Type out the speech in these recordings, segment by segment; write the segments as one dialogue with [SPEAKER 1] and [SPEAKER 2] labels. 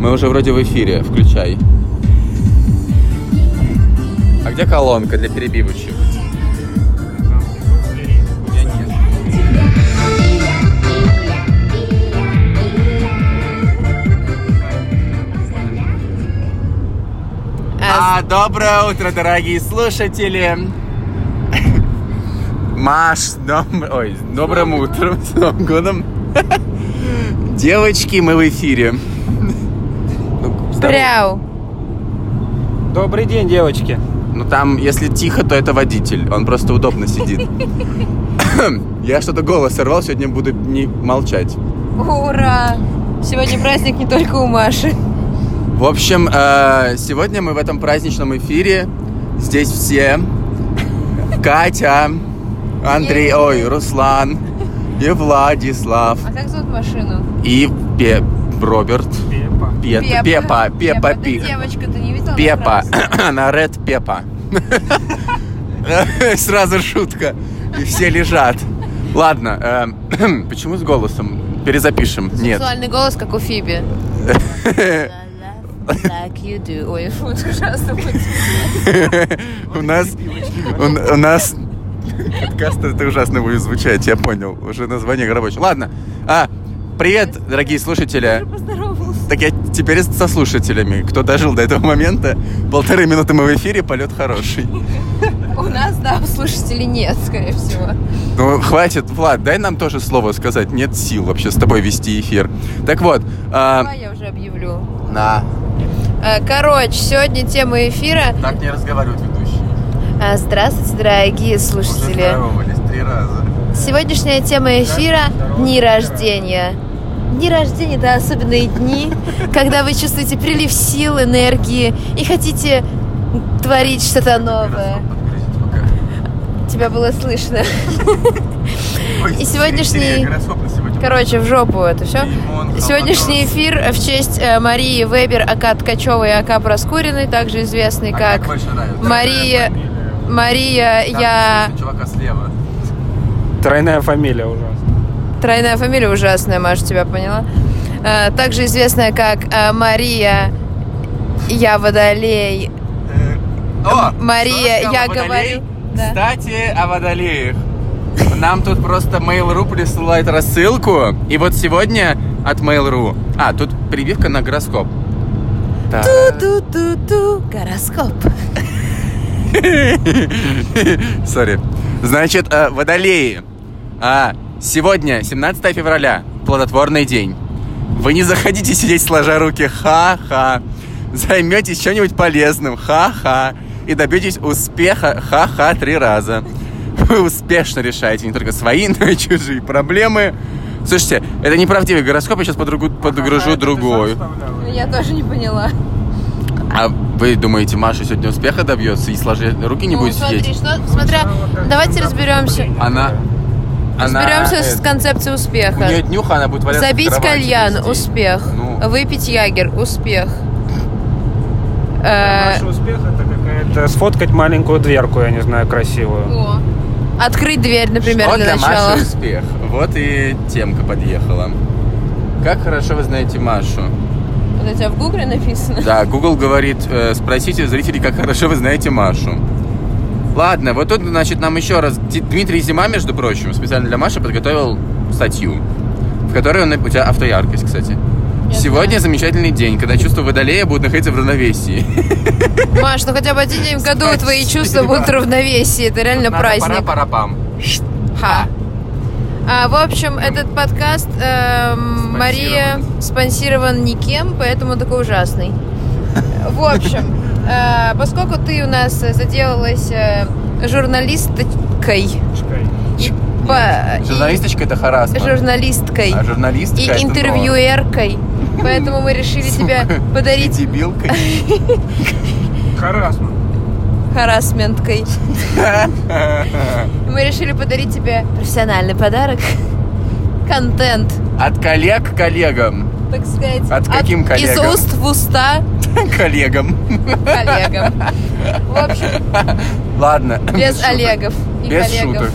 [SPEAKER 1] Мы уже вроде в эфире, включай. А где колонка для перебивочек? У меня нет. А, доброе утро, дорогие слушатели! Маш, с доб- ой, с добрым утром, с Новым годом! Девочки, мы в эфире. Ну, здорово.
[SPEAKER 2] Пряу.
[SPEAKER 3] Добрый день, девочки.
[SPEAKER 1] Ну там, если тихо, то это водитель. Он просто удобно сидит. Я что-то голос сорвал, сегодня буду не молчать.
[SPEAKER 2] Ура! Сегодня праздник не только у Маши.
[SPEAKER 1] В общем, э, сегодня мы в этом праздничном эфире. Здесь все. Катя, Андрей, ой, Руслан и Владислав.
[SPEAKER 2] А как зовут машину?
[SPEAKER 1] И Пе... Роберт.
[SPEAKER 3] Пепа.
[SPEAKER 1] Пе- Пепа. Пепа.
[SPEAKER 2] Ты
[SPEAKER 1] Пи-
[SPEAKER 2] девочка, ты не видела?
[SPEAKER 1] Пепа. Она Ред Пепа. Сразу шутка. И все лежат. Ладно, э, почему с голосом? Перезапишем. Нет.
[SPEAKER 2] Сексуальный голос, как у Фиби. Like you do. Ой, фу, это ужасно.
[SPEAKER 1] У нас... У у нас... Подкаст это ужасно будет звучать, я понял. Уже название рабочее. Ладно. А, привет, дорогие слушатели.
[SPEAKER 2] Поздоровался.
[SPEAKER 1] Так я теперь со слушателями. Кто дожил до этого момента, полторы минуты мы в эфире, полет хороший.
[SPEAKER 2] У нас, да, у слушателей нет, скорее всего.
[SPEAKER 1] Ну, хватит, Влад, дай нам тоже слово сказать. Нет сил вообще с тобой вести эфир. Так вот, а...
[SPEAKER 2] Давай я уже объявлю.
[SPEAKER 1] на.
[SPEAKER 2] Э, Короче, сегодня тема эфира.
[SPEAKER 1] Так не разговаривают ведущие.
[SPEAKER 2] Э, Здравствуйте, дорогие слушатели.
[SPEAKER 1] три раза.
[SPEAKER 2] Сегодняшняя тема эфира – дни рождения. Дни рождения – это особенные дни, когда вы чувствуете прилив сил, энергии и хотите творить что-то новое. Тебя было слышно. И сегодняшний- Короче, в жопу это все. Сегодняшний эфир в честь э, Марии Вебер, Ака Ткачевой и Ака Проскуриной, также известной как Мария... Мария, я...
[SPEAKER 1] Чувака слева.
[SPEAKER 3] Тройная фамилия уже.
[SPEAKER 2] Тройная фамилия ужасная, Маша, тебя поняла. Э, Также известная как э, Мария Я Водолей.
[SPEAKER 1] О,
[SPEAKER 2] Мария,
[SPEAKER 1] что
[SPEAKER 2] я
[SPEAKER 1] сказала
[SPEAKER 2] говорю.
[SPEAKER 1] Водолей?
[SPEAKER 2] Да.
[SPEAKER 1] Кстати, о водолеях. Нам тут просто Mail.ru присылает рассылку. И вот сегодня от Mail.ru... А, тут прививка на гороскоп. Так.
[SPEAKER 2] Ту-ту-ту-ту, гороскоп.
[SPEAKER 1] Сори. Значит, э, водолеи. А, сегодня, 17 февраля, плодотворный день. Вы не заходите сидеть сложа руки, ха-ха. Займетесь чем-нибудь полезным, ха-ха. И добьетесь успеха, ха-ха, три раза. Вы успешно решаете не только свои, но и чужие проблемы. Слушайте, это неправдивый гороскоп, я сейчас
[SPEAKER 2] А
[SPEAKER 1] подгружу другой.
[SPEAKER 2] Ну, Я тоже не поняла.
[SPEAKER 1] А вы думаете, Маша сегодня успеха добьется и сложа руки не
[SPEAKER 2] Ну,
[SPEAKER 1] будет
[SPEAKER 2] смотри,
[SPEAKER 1] сидеть?
[SPEAKER 2] что, смотря, давайте разберемся.
[SPEAKER 1] Она... она,
[SPEAKER 2] Разберемся
[SPEAKER 1] э,
[SPEAKER 2] с концепцией успеха.
[SPEAKER 1] У нее днюха, она будет валяться в
[SPEAKER 2] Забить
[SPEAKER 1] кровати
[SPEAKER 2] кальян,
[SPEAKER 1] весь день.
[SPEAKER 2] успех.
[SPEAKER 1] типа, Ну.
[SPEAKER 2] Выпить ягер, успех. Э,
[SPEAKER 3] Наш успех это какая-то сфоткать маленькую дверку, я не знаю, красивую.
[SPEAKER 2] о. Открыть дверь, например,
[SPEAKER 1] Что
[SPEAKER 2] для
[SPEAKER 1] для
[SPEAKER 2] начала.
[SPEAKER 1] Маши успех? Вот и темка подъехала. Как хорошо вы знаете Машу.
[SPEAKER 2] Вот у тебя в гугле написано.
[SPEAKER 1] Да, Google говорит, э, спросите у зрителей, как хорошо вы знаете Машу. Ладно, вот тут, значит, нам еще раз... Ди- Дмитрий Зима, между прочим, специально для Маши подготовил статью, в которой он... нап- У тебя автояркость, кстати. Сегодня замечательный день, когда чувства водолея будут находиться в равновесии.
[SPEAKER 2] Маш, ну хотя бы один день в году
[SPEAKER 1] Спасибо.
[SPEAKER 2] твои чувства будут в равновесии. Это реально праздник.
[SPEAKER 1] пара пам
[SPEAKER 2] Ха. А, в общем, этот подкаст эм, Мария спонсирован никем, поэтому такой ужасный. В общем, э, поскольку ты у нас заделалась э, журналисткой, и по- и
[SPEAKER 1] Журналисточка это харасмент.
[SPEAKER 2] журналисткой
[SPEAKER 1] А журналистка
[SPEAKER 2] и
[SPEAKER 1] это
[SPEAKER 2] интервьюеркой, поэтому мы решили тебя
[SPEAKER 1] норм. И
[SPEAKER 2] подарить
[SPEAKER 1] дебилка.
[SPEAKER 3] Харасман.
[SPEAKER 2] харасменткой. Мы решили подарить тебе профессиональный подарок. Контент,
[SPEAKER 1] От коллег к коллегам.
[SPEAKER 2] так сказать.
[SPEAKER 1] От каким
[SPEAKER 2] Из
[SPEAKER 1] коллегам?
[SPEAKER 2] уст в уста
[SPEAKER 1] Коллегам.
[SPEAKER 2] к коллегам. В общем,
[SPEAKER 1] Ладно.
[SPEAKER 2] без
[SPEAKER 1] шуток.
[SPEAKER 2] Олегов и
[SPEAKER 1] Без
[SPEAKER 2] коллегов.
[SPEAKER 1] шуток.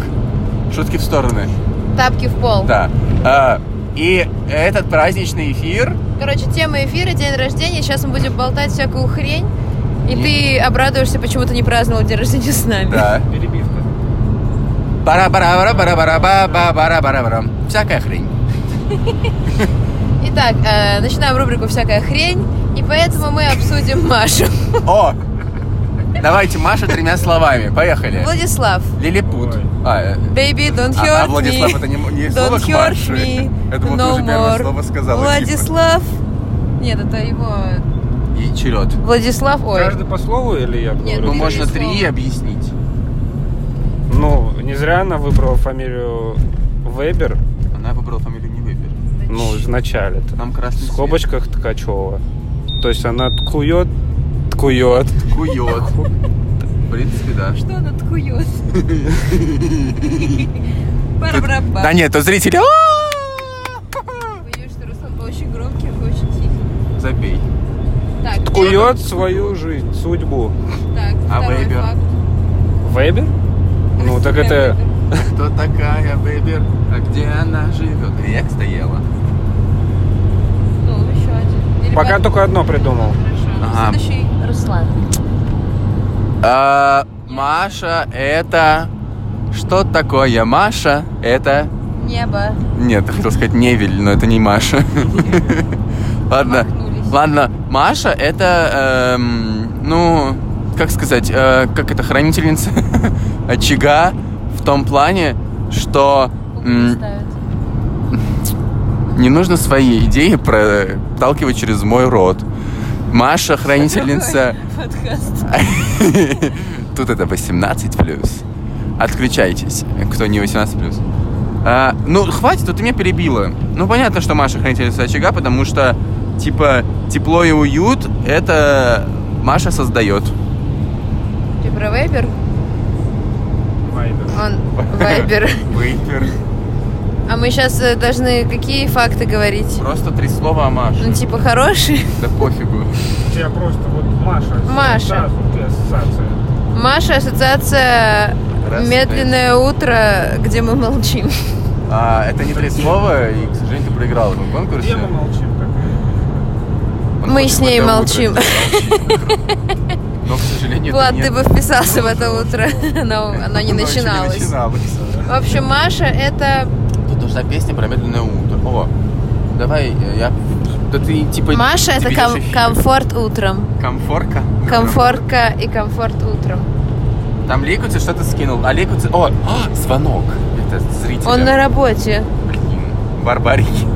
[SPEAKER 1] Шутки в стороны.
[SPEAKER 2] Тапки в пол.
[SPEAKER 1] Да. А, И этот праздничный эфир
[SPEAKER 2] Короче, тема эфира, день рождения. Сейчас мы будем болтать всякую хрень. И ты обрадуешься, почему ты не праздновал день рождения с нами.
[SPEAKER 1] Да.
[SPEAKER 3] Перебивка.
[SPEAKER 1] бара бара бара бара бара бара бара бара Всякая хрень.
[SPEAKER 2] Итак, э, начинаем рубрику «Всякая хрень». И поэтому мы обсудим Машу.
[SPEAKER 1] О! Давайте Машу тремя словами. Поехали.
[SPEAKER 2] Владислав,
[SPEAKER 1] Лилипут.
[SPEAKER 3] Ой.
[SPEAKER 1] А, э,
[SPEAKER 2] baby, don't hurt
[SPEAKER 1] а, а,
[SPEAKER 2] me.
[SPEAKER 1] Владислав, это не, м- не слово
[SPEAKER 2] Don't
[SPEAKER 1] к
[SPEAKER 2] hurt
[SPEAKER 1] Маше.
[SPEAKER 2] me,
[SPEAKER 1] Это вот
[SPEAKER 2] no
[SPEAKER 1] уже первое
[SPEAKER 2] more.
[SPEAKER 1] слово сказала.
[SPEAKER 2] Владислав. Нет, это его...
[SPEAKER 1] Типа. И черед.
[SPEAKER 2] Владислав, ой.
[SPEAKER 3] Каждый по слову или я
[SPEAKER 2] Нет,
[SPEAKER 1] Ну,
[SPEAKER 2] Три
[SPEAKER 3] говорю?
[SPEAKER 1] можно
[SPEAKER 2] слова.
[SPEAKER 1] три объяснить.
[SPEAKER 3] Ну, не зря она выбрала фамилию Вебер,
[SPEAKER 1] Она выбрала фамилию не выбер.
[SPEAKER 3] ну, изначально -то.
[SPEAKER 1] Там красный
[SPEAKER 3] В
[SPEAKER 1] цвет.
[SPEAKER 3] скобочках Ткачева. То есть она ткует, ткует.
[SPEAKER 1] Кует. В принципе, да.
[SPEAKER 2] Что она ткует? Барбарабба.
[SPEAKER 1] Да нет, то зрители...
[SPEAKER 2] Боюсь, что Руслан был очень громкий, был очень тихий.
[SPEAKER 1] Забей.
[SPEAKER 2] Так,
[SPEAKER 3] Ткует свою жизнь, судьбу.
[SPEAKER 2] Так,
[SPEAKER 1] А
[SPEAKER 2] второй
[SPEAKER 1] Вебер?
[SPEAKER 2] факт.
[SPEAKER 3] Вебер? Ну, так это...
[SPEAKER 1] Кто такая Вебер? А где она живет? Рек стояла.
[SPEAKER 2] Ну, еще один. Или
[SPEAKER 3] Пока
[SPEAKER 2] пять?
[SPEAKER 3] только одно придумал.
[SPEAKER 2] Хорошо.
[SPEAKER 1] Ага.
[SPEAKER 2] Следующий. Руслан.
[SPEAKER 1] А, Маша, это... Что такое Маша? Это...
[SPEAKER 2] Небо.
[SPEAKER 1] Нет, хотел сказать Невель, но это не Маша. Ладно.
[SPEAKER 2] Махнулись.
[SPEAKER 1] Ладно, Маша это, эм, ну, как сказать, э, как это, хранительница очага в том плане, что м,
[SPEAKER 2] Пуговицы ставят.
[SPEAKER 1] не нужно свои идеи проталкивать через мой рот. Маша хранительница...
[SPEAKER 2] Подкаст.
[SPEAKER 1] Тут это 18 плюс. Отключайтесь, кто не 18 плюс. А, ну, хватит, вот ты меня перебила. Ну, понятно, что Маша хранительница очага, потому что, типа, тепло и уют это Маша создает.
[SPEAKER 3] А.
[SPEAKER 2] Ты про Вебер?
[SPEAKER 3] Вайбер.
[SPEAKER 2] Он Вайбер.
[SPEAKER 1] Вейпер.
[SPEAKER 2] А мы сейчас должны какие факты говорить?
[SPEAKER 1] Просто три слова о Маше.
[SPEAKER 2] Ну, типа, хорошие.
[SPEAKER 1] Да пофигу.
[SPEAKER 3] У тебя просто вот Маша.
[SPEAKER 2] Маша.
[SPEAKER 3] сразу ты ассоциация.
[SPEAKER 2] Маша, ассоциация
[SPEAKER 1] Раз,
[SPEAKER 2] «Медленное утро», где мы молчим.
[SPEAKER 1] А, это не три слова, и, к сожалению, ты проиграл в этом конкурсе.
[SPEAKER 3] Где мы молчим? Как...
[SPEAKER 1] Он
[SPEAKER 2] Мы
[SPEAKER 1] хочет
[SPEAKER 2] с ней
[SPEAKER 1] в это утро,
[SPEAKER 2] молчим.
[SPEAKER 1] да, молчим. Но, к сожалению,
[SPEAKER 2] Влад,
[SPEAKER 1] это не-
[SPEAKER 2] ты бы вписался
[SPEAKER 1] Ну,
[SPEAKER 2] в это утро, но оно не
[SPEAKER 1] Но ещё
[SPEAKER 2] начиналось.
[SPEAKER 1] ну, начиналось.
[SPEAKER 2] В общем, Маша это...
[SPEAKER 1] Тут нужна песня про медленное утро. О, давай э, я... Да ты типа...
[SPEAKER 2] Маша это
[SPEAKER 1] тебе
[SPEAKER 2] ком-
[SPEAKER 1] же фи-
[SPEAKER 2] комфорт утром.
[SPEAKER 1] Комфорка?
[SPEAKER 2] Комфортка и комфорт утром.
[SPEAKER 1] Там Ликути что-то скинул. А Ликути... О, а, звонок. Это зритель.
[SPEAKER 2] Он на работе.
[SPEAKER 1] Барбарики.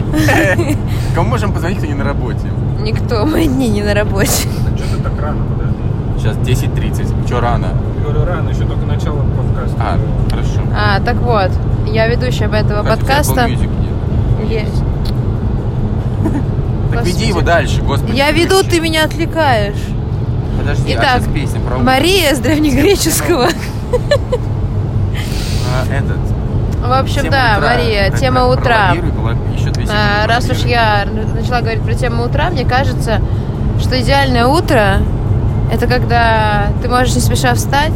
[SPEAKER 1] Кому можем позвонить, кто не на работе?
[SPEAKER 2] Никто, мы не, не на работе.
[SPEAKER 3] Что ты так рано, подожди?
[SPEAKER 1] Сейчас 10.30. Че рано?
[SPEAKER 3] Я говорю, рано, еще только начало подкаста.
[SPEAKER 1] А, хорошо.
[SPEAKER 2] А, так вот, я ведущая этого
[SPEAKER 1] Кстати, у тебя
[SPEAKER 2] подкаста.
[SPEAKER 1] Apple Music нет.
[SPEAKER 2] Е-
[SPEAKER 1] Так
[SPEAKER 2] Господи.
[SPEAKER 1] веди его дальше, господи.
[SPEAKER 2] Я веду, ты меня отвлекаешь.
[SPEAKER 1] Подожди, а
[SPEAKER 2] Итак,
[SPEAKER 1] сейчас песня про...
[SPEAKER 2] Мария с древнегреческого.
[SPEAKER 1] А, этот.
[SPEAKER 2] В общем,
[SPEAKER 1] тема
[SPEAKER 2] да,
[SPEAKER 1] утра.
[SPEAKER 2] Мария,
[SPEAKER 1] Так,
[SPEAKER 2] тема
[SPEAKER 1] так,
[SPEAKER 2] утра.
[SPEAKER 1] пролоббируй, пролоббируй, еще две
[SPEAKER 2] А,
[SPEAKER 1] секунды
[SPEAKER 2] Раз уж
[SPEAKER 1] пролоббируй.
[SPEAKER 2] я начала говорить про тему утра, мне кажется, что идеальное утро это когда ты можешь не спеша встать.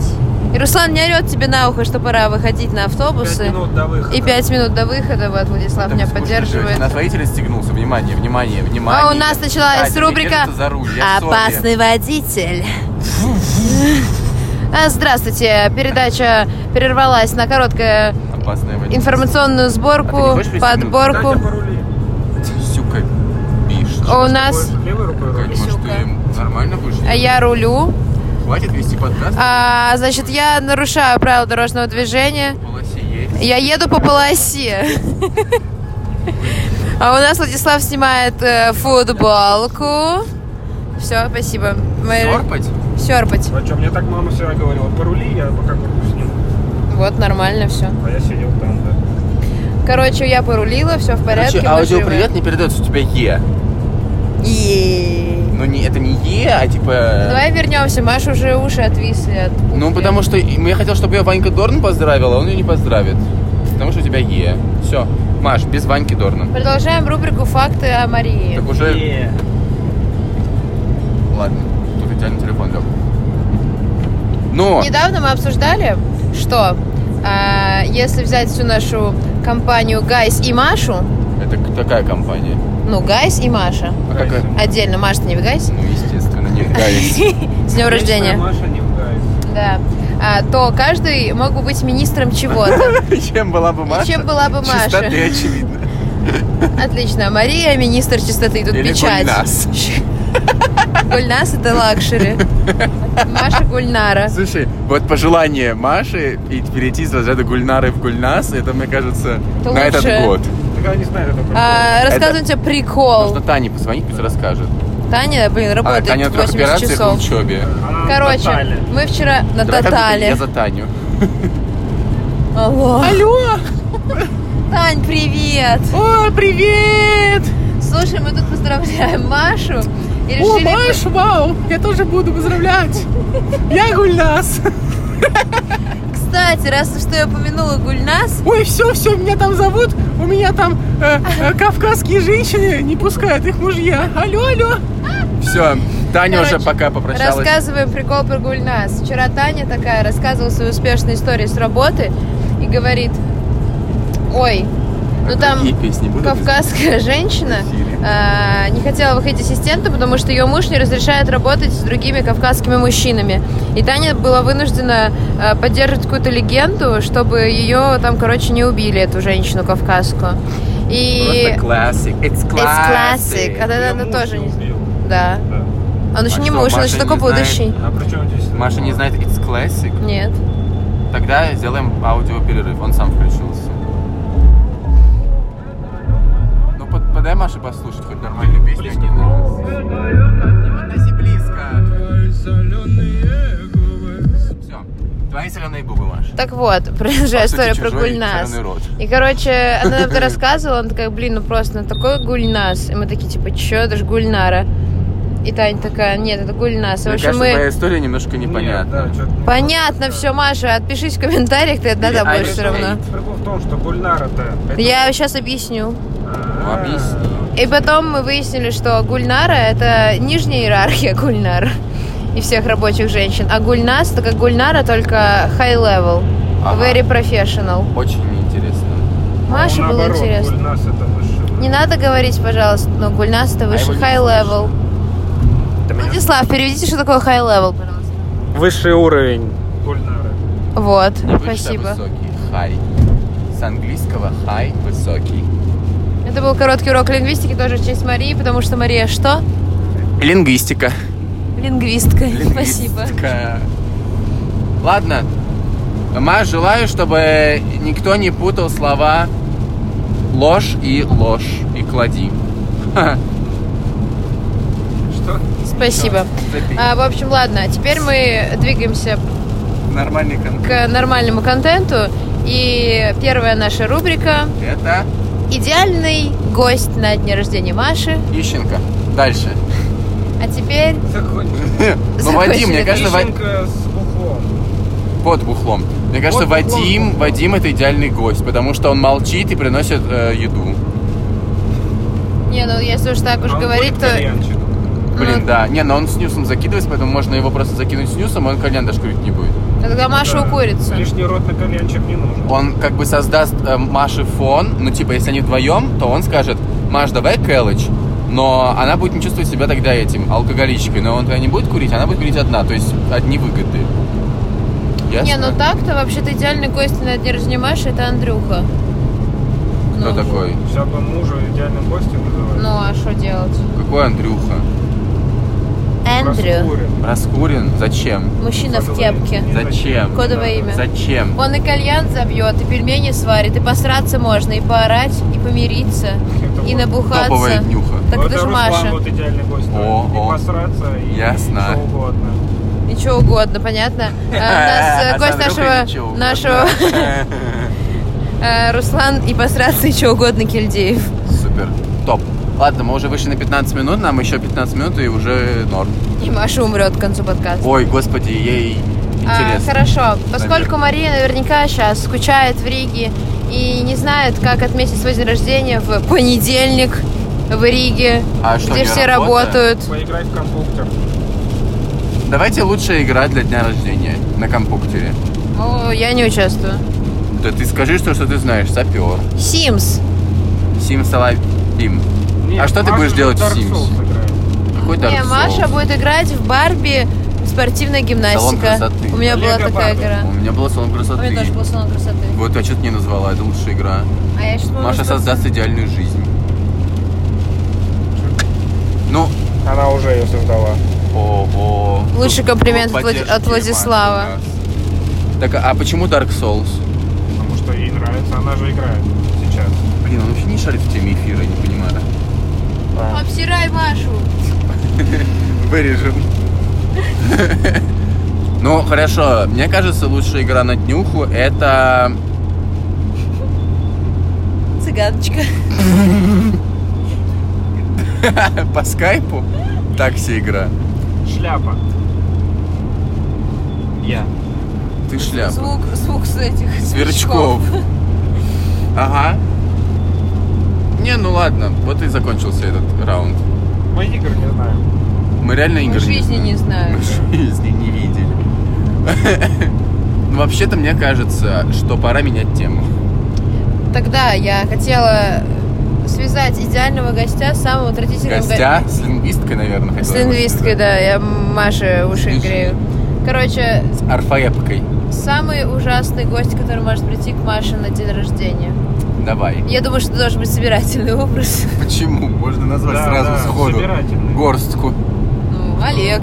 [SPEAKER 2] И Руслан не орет тебе на ухо, что пора выходить на
[SPEAKER 3] Пять
[SPEAKER 2] автобусы.
[SPEAKER 3] минут до выхода.
[SPEAKER 2] И пять минут до выхода, вот Владислав
[SPEAKER 1] Там
[SPEAKER 2] меня
[SPEAKER 1] скучно живёте.
[SPEAKER 2] поддерживает.
[SPEAKER 1] На водителя стегнулся. Внимание, внимание, внимание.
[SPEAKER 2] А у нас началась
[SPEAKER 1] Катя, не
[SPEAKER 2] рубрика
[SPEAKER 1] держится за руль, я в
[SPEAKER 2] Опасный водитель. А, Здравствуйте, передача прервалась на короткую
[SPEAKER 1] ссоре. Опасная водитель.
[SPEAKER 2] информационную
[SPEAKER 1] А ты не
[SPEAKER 2] сборку,
[SPEAKER 1] хочешь пристегнуться?
[SPEAKER 3] Дайте
[SPEAKER 2] подборку.
[SPEAKER 3] порули.
[SPEAKER 1] Сюка, пишешь.
[SPEAKER 2] А У нас,
[SPEAKER 3] Ой, Левой рукой
[SPEAKER 1] Кать,
[SPEAKER 3] рули.
[SPEAKER 1] может, ты нормально будешь?
[SPEAKER 2] а я рулю,
[SPEAKER 1] Хватит вести подкаст.
[SPEAKER 2] А, значит, я нарушаю правила дорожного движения.
[SPEAKER 1] В полосе есть.
[SPEAKER 2] Я еду по полосе. А у нас Владислав снимает э, футболку. Все, спасибо. Мы-
[SPEAKER 1] Сорпать?
[SPEAKER 2] Сёрпать.
[SPEAKER 3] А что, мне так мама всегда говорила, порули, я пока курку сниму.
[SPEAKER 2] Вот, нормально все.
[SPEAKER 3] А я сидел там, да.
[SPEAKER 2] Короче, я порулила, все в порядке.
[SPEAKER 1] Короче,
[SPEAKER 2] мы
[SPEAKER 1] аудио
[SPEAKER 2] живы.
[SPEAKER 1] привет не передается, у тебя Е.
[SPEAKER 2] Е.
[SPEAKER 1] Ну, не, это не Е, а типа...
[SPEAKER 2] Давай вернемся, Маша уже уши отвисли от пуфли.
[SPEAKER 1] Ну, потому что и- я хотел, чтобы ее Ванька Дорн поздравила, а он ее не поздравит. Потому что у тебя Е. Все. Маш, без Ваньки Дорна.
[SPEAKER 2] Продолжаем рубрику «Факты о Марии».
[SPEAKER 1] Так уже...
[SPEAKER 3] Е.
[SPEAKER 1] Ладно. Тут идеально телефон лег. Но...
[SPEAKER 2] Недавно мы обсуждали, э, что а, если взять всю нашу компанию Гайс и Машу,
[SPEAKER 1] Это к- такая компания.
[SPEAKER 2] Ну, Гайс и Маша.
[SPEAKER 1] А какая?
[SPEAKER 2] Отдельно. Маша, не в Гайс.
[SPEAKER 1] Ну, естественно, не в Гайсе.
[SPEAKER 2] С днем рождения.
[SPEAKER 3] Маша не ругается.
[SPEAKER 2] Да. А, то каждый мог бы быть министром чего-то.
[SPEAKER 1] Чем была бы Маша?
[SPEAKER 2] Чем была бы Маша?
[SPEAKER 1] Чистоты, очевидно.
[SPEAKER 2] Отлично. Мария, министр чистоты, тут
[SPEAKER 1] Или
[SPEAKER 2] печать.
[SPEAKER 1] Гульнас.
[SPEAKER 2] Гульнас это лакшери. Маша Гульнара.
[SPEAKER 1] Слушай, вот пожелание Маши и перейти из разряда Гульнары в Гульнас, это, мне кажется,
[SPEAKER 2] Это
[SPEAKER 1] на
[SPEAKER 2] лучше.
[SPEAKER 1] этот год.
[SPEAKER 3] Так она не знает, это прикол.
[SPEAKER 2] А, рассказываю тебе прикол.
[SPEAKER 1] Нужно Тане позвонить, пусть расскажет.
[SPEAKER 2] Таня, блин,
[SPEAKER 1] А,
[SPEAKER 2] работает
[SPEAKER 1] Таня на трех
[SPEAKER 2] 80
[SPEAKER 1] операциях на
[SPEAKER 2] часов. А
[SPEAKER 1] учебе.
[SPEAKER 3] Она
[SPEAKER 2] Короче,
[SPEAKER 3] тотальная.
[SPEAKER 2] мы вчера на
[SPEAKER 1] Дорогая,
[SPEAKER 2] тотале.
[SPEAKER 1] Я за Таню.
[SPEAKER 2] Алло. Алло. Тань, привет.
[SPEAKER 1] О, привет!
[SPEAKER 2] Слушай, мы тут поздравляем Машу. И решили...
[SPEAKER 1] вау! Я тоже буду поздравлять! Я Гульнас!
[SPEAKER 2] Кстати, раз уж я упомянула Гульнас,
[SPEAKER 1] Ой, все, все, меня там зовут, у меня там э, кавказские женщины не пускают их мужья. Алло, алло. Все, Таня
[SPEAKER 2] Короче,
[SPEAKER 1] уже пока попрощалась.
[SPEAKER 2] рассказываем прикол про Гульнас. Вчера Таня такая рассказывала свою успешную историю с работы и говорит, ой, ну там...
[SPEAKER 1] Другие песни будут?
[SPEAKER 2] Кавказская женщина
[SPEAKER 1] Сирии.
[SPEAKER 2] э, не хотела выходить ассистента, потому что ее муж не разрешает работать с другими кавказскими мужчинами. И Таня была вынуждена э, поддерживать какую-то легенду, чтобы ее там, короче, не убили, эту женщину кавказскую. И...
[SPEAKER 1] Просто классик. It's classic.
[SPEAKER 2] classic. А, да,
[SPEAKER 3] Её
[SPEAKER 2] да,
[SPEAKER 3] муж
[SPEAKER 2] тоже не-
[SPEAKER 3] убил.
[SPEAKER 2] Да.
[SPEAKER 3] Да.
[SPEAKER 2] Он еще
[SPEAKER 1] А
[SPEAKER 2] не
[SPEAKER 1] что,
[SPEAKER 2] муж, он
[SPEAKER 1] Маша
[SPEAKER 2] еще
[SPEAKER 1] не
[SPEAKER 2] только
[SPEAKER 1] знает?
[SPEAKER 2] будущий.
[SPEAKER 3] А при чем здесь? это?
[SPEAKER 1] Маша не знает It's classic.
[SPEAKER 2] Нет.
[SPEAKER 1] Тогда сделаем аудиоперерыв. Он сам включился. Ну, под- подай Маше послушать хоть нормальную песню. а не на- Не подноси близко. Все. Твои соленые губы, Маша.
[SPEAKER 2] Так вот, продолжая
[SPEAKER 1] По сути,
[SPEAKER 2] историю про
[SPEAKER 1] чужой
[SPEAKER 2] Гульнас.
[SPEAKER 1] соленый рот.
[SPEAKER 2] И, короче, она нам это рассказывала, она такая, блин, ну просто, ну такой Гульнас. И мы такие, типа, чё, это же Гульнара. И Таня такая, нет, это Гульнас. И, в
[SPEAKER 1] Мне
[SPEAKER 2] общем,
[SPEAKER 1] кажется,
[SPEAKER 2] мы...
[SPEAKER 1] твоя история немножко непонятна.
[SPEAKER 3] Нет, да, чё-то не
[SPEAKER 2] Понятно все, Маша, отпишись в комментариях, ты одна
[SPEAKER 1] Или
[SPEAKER 2] там будешь
[SPEAKER 1] Irish
[SPEAKER 2] все А, равно.
[SPEAKER 1] Maid.
[SPEAKER 3] Прикол в том, что Гульнара-то... это-
[SPEAKER 2] Я сейчас объясню.
[SPEAKER 3] А,
[SPEAKER 1] объясни.
[SPEAKER 2] И потом мы выяснили, что Гульнара – это нижняя иерархия Гульнара и всех рабочих женщин. А Гульнас – это как Гульнара, только high level,
[SPEAKER 1] Ага.
[SPEAKER 2] very professional.
[SPEAKER 1] Очень интересно.
[SPEAKER 3] а
[SPEAKER 2] Маше было
[SPEAKER 3] наоборот,
[SPEAKER 2] интересно.
[SPEAKER 3] Гульнас это выше.
[SPEAKER 2] Не надо говорить, пожалуйста, но Гульнас это выше
[SPEAKER 1] А его не
[SPEAKER 2] high level.
[SPEAKER 3] Да меня-
[SPEAKER 2] Владислав, переведите, что такое high level, пожалуйста.
[SPEAKER 3] Высший уровень. Гульнара.
[SPEAKER 2] Вот,
[SPEAKER 1] Не выше, а
[SPEAKER 2] Ну, спасибо.
[SPEAKER 1] высокий. Хай. С английского хай высокий.
[SPEAKER 2] Это был короткий урок лингвистики тоже в честь Марии, потому что Мария что?
[SPEAKER 1] Лингвистика.
[SPEAKER 2] Лингвистка. Спасибо.
[SPEAKER 1] Лингвистка. Ладно. Маш, желаю, чтобы никто не путал слова ложь и ложь и клади. Ха.
[SPEAKER 3] Что?
[SPEAKER 2] Спасибо.
[SPEAKER 1] Запи-
[SPEAKER 2] А, в общем, ладно, теперь мы двигаемся
[SPEAKER 1] Нормальный конкурс.
[SPEAKER 2] к нормальному контенту. И первая наша рубрика
[SPEAKER 1] Это
[SPEAKER 2] «Идеальный гость на дне рождения Маши».
[SPEAKER 1] Ющенко. Дальше.
[SPEAKER 2] А теперь
[SPEAKER 3] Закончим.
[SPEAKER 1] Ну, Вадим, мне
[SPEAKER 2] Закончили.
[SPEAKER 1] кажется, Ва-
[SPEAKER 3] Ищенко с бухлом.
[SPEAKER 1] под бухлом. Мне кажется,
[SPEAKER 3] Под бухлом,
[SPEAKER 1] Вадим,
[SPEAKER 3] под бухлом.
[SPEAKER 1] Вадим это идеальный гость, потому что он молчит и приносит э, еду.
[SPEAKER 2] Не, ну если уж так уж
[SPEAKER 3] А он
[SPEAKER 2] говорить,
[SPEAKER 3] будет
[SPEAKER 2] то...
[SPEAKER 3] кальянчик?
[SPEAKER 1] Блин,
[SPEAKER 2] Ну.
[SPEAKER 1] да. Не, но он с нюсом закидывается, поэтому можно его просто закинуть с нюсом, и он кальян даже курить не будет.
[SPEAKER 2] Тогда Маша
[SPEAKER 3] Да.
[SPEAKER 2] укурится.
[SPEAKER 3] Лишний рот на кальянчик не нужен.
[SPEAKER 1] Он как бы создаст э, Маше фон, ну типа, если они вдвоем, то он скажет, Маш, давай кэлыч. Но она будет не чувствовать себя тогда этим, алкоголичкой. Но он тогда не будет курить, она будет курить одна, то есть одни выгоды. Ясно?
[SPEAKER 2] Не, ну так-то вообще-то идеальный гость на дне рождения Маши это Андрюха.
[SPEAKER 1] Кто
[SPEAKER 2] ну,
[SPEAKER 1] такой?
[SPEAKER 3] Сейчас бы мужа идеальным гостем называли.
[SPEAKER 2] Ну а что делать?
[SPEAKER 1] Какой Андрюха?
[SPEAKER 2] Ну, Эндрю.
[SPEAKER 3] Проскурен.
[SPEAKER 1] Раскурен? Зачем?
[SPEAKER 2] Мужчина в кепке.
[SPEAKER 1] Зачем?
[SPEAKER 2] Кодовое имя.
[SPEAKER 1] Зачем?
[SPEAKER 2] Он и кальян забьет, и пельмени сварит, и посраться можно, и поорать, и помириться,
[SPEAKER 3] Это
[SPEAKER 2] и
[SPEAKER 3] вот
[SPEAKER 1] Топовая
[SPEAKER 2] набухаться.
[SPEAKER 1] днюха.
[SPEAKER 2] Так
[SPEAKER 3] Вот
[SPEAKER 2] это же
[SPEAKER 3] Руслан
[SPEAKER 2] Маша.
[SPEAKER 3] вот идеальный гость.
[SPEAKER 1] О,
[SPEAKER 3] И
[SPEAKER 1] о.
[SPEAKER 3] посраться, и
[SPEAKER 1] Ясно.
[SPEAKER 3] что угодно.
[SPEAKER 2] И что угодно, понятно? А, У нас э,
[SPEAKER 1] А
[SPEAKER 2] гость
[SPEAKER 1] с Андрюхой ничего
[SPEAKER 2] нашего,
[SPEAKER 1] угодно.
[SPEAKER 2] нашего э, Руслан и посраться, и что угодно, Кельдеев.
[SPEAKER 1] Э, Супер. Топ. Ладно, мы уже вышли на 15 минут, нам еще 15 минут и уже норм.
[SPEAKER 2] И Маша умрет к концу подкаста.
[SPEAKER 1] Ой, господи, ей
[SPEAKER 2] А,
[SPEAKER 1] интересно.
[SPEAKER 2] хорошо. Поскольку Мария наверняка сейчас скучает в Риге и не знает, как отметить свой день рождения в понедельник в Риге,
[SPEAKER 1] А что,
[SPEAKER 2] где
[SPEAKER 1] не
[SPEAKER 2] все
[SPEAKER 1] работает?
[SPEAKER 2] работают.
[SPEAKER 3] Поиграй в компьютер.
[SPEAKER 1] Давайте лучшая игра для дня рождения на компуктере.
[SPEAKER 2] О, ну, я не участвую.
[SPEAKER 1] Да ты скажи, что, что ты знаешь, сапер.
[SPEAKER 2] Sims.
[SPEAKER 1] Сим-салабим.
[SPEAKER 3] Не,
[SPEAKER 1] А что ты
[SPEAKER 3] Маша
[SPEAKER 1] будешь
[SPEAKER 3] же
[SPEAKER 1] делать в
[SPEAKER 3] Dark
[SPEAKER 1] Sims?
[SPEAKER 3] Souls играет.
[SPEAKER 1] Какой Dark
[SPEAKER 2] Не,
[SPEAKER 1] Souls?
[SPEAKER 2] Маша будет играть в Барби спортивная гимнастика.
[SPEAKER 1] красоты.
[SPEAKER 2] У меня была
[SPEAKER 3] Лего
[SPEAKER 2] такая
[SPEAKER 3] Барби.
[SPEAKER 2] игра.
[SPEAKER 1] У меня был салон
[SPEAKER 2] У
[SPEAKER 1] красоты.
[SPEAKER 2] меня тоже был салон красоты.
[SPEAKER 1] Вот, а что ты не назвала? Это лучшая игра.
[SPEAKER 2] А я сейчас
[SPEAKER 1] Маша создаст идеальную жизнь. Ну,
[SPEAKER 3] Она уже ее создала.
[SPEAKER 1] о, о.
[SPEAKER 2] Лучший
[SPEAKER 1] Тут-
[SPEAKER 2] комплимент
[SPEAKER 1] тут
[SPEAKER 2] Влад- от
[SPEAKER 1] поддержки
[SPEAKER 2] Владислава.
[SPEAKER 1] Маши у нас. Так, а почему Dark Souls?
[SPEAKER 3] Потому что ей нравится, она же играет сейчас.
[SPEAKER 1] Блин, он вообще не шарит в теме эфира, я не понимаю.
[SPEAKER 2] А Обсирай Машу.
[SPEAKER 1] Вырежем. Ну, хорошо. Мне кажется, лучшая игра на днюху это...
[SPEAKER 2] Цыганочка.
[SPEAKER 1] По скайпу? Такси игра.
[SPEAKER 3] Шляпа. Я.
[SPEAKER 1] Ты шляпа.
[SPEAKER 2] Звук, звук с этих
[SPEAKER 1] Сверчков. Ага. Не, ну ладно, вот и закончился этот раунд.
[SPEAKER 3] Мы игр не знаем.
[SPEAKER 1] Мы реально
[SPEAKER 2] Мы
[SPEAKER 1] игры
[SPEAKER 2] жизни не знаем.
[SPEAKER 1] Мы жизни не видели. Ну, Вообще-то мне кажется, что пора менять тему.
[SPEAKER 2] Тогда я хотела связать идеального гостя с самым отвратительным
[SPEAKER 1] Гостя с лингвисткой, наверное,
[SPEAKER 2] го-
[SPEAKER 1] хотела
[SPEAKER 2] С
[SPEAKER 1] бы
[SPEAKER 2] лингвисткой,
[SPEAKER 1] сказать.
[SPEAKER 2] да, я Маше уши
[SPEAKER 1] Слышишь?
[SPEAKER 2] грею. Короче,
[SPEAKER 1] С орфоэпкой.
[SPEAKER 2] самый ужасный гость, который может прийти к Маше на день рождения.
[SPEAKER 1] Давай.
[SPEAKER 2] Я думаю, что должен быть собирательный образ.
[SPEAKER 1] Почему? Можно назвать
[SPEAKER 3] Да,
[SPEAKER 1] сразу
[SPEAKER 3] да,
[SPEAKER 1] сходу.
[SPEAKER 3] собирательный.
[SPEAKER 1] Горстку.
[SPEAKER 2] Ну, Олег.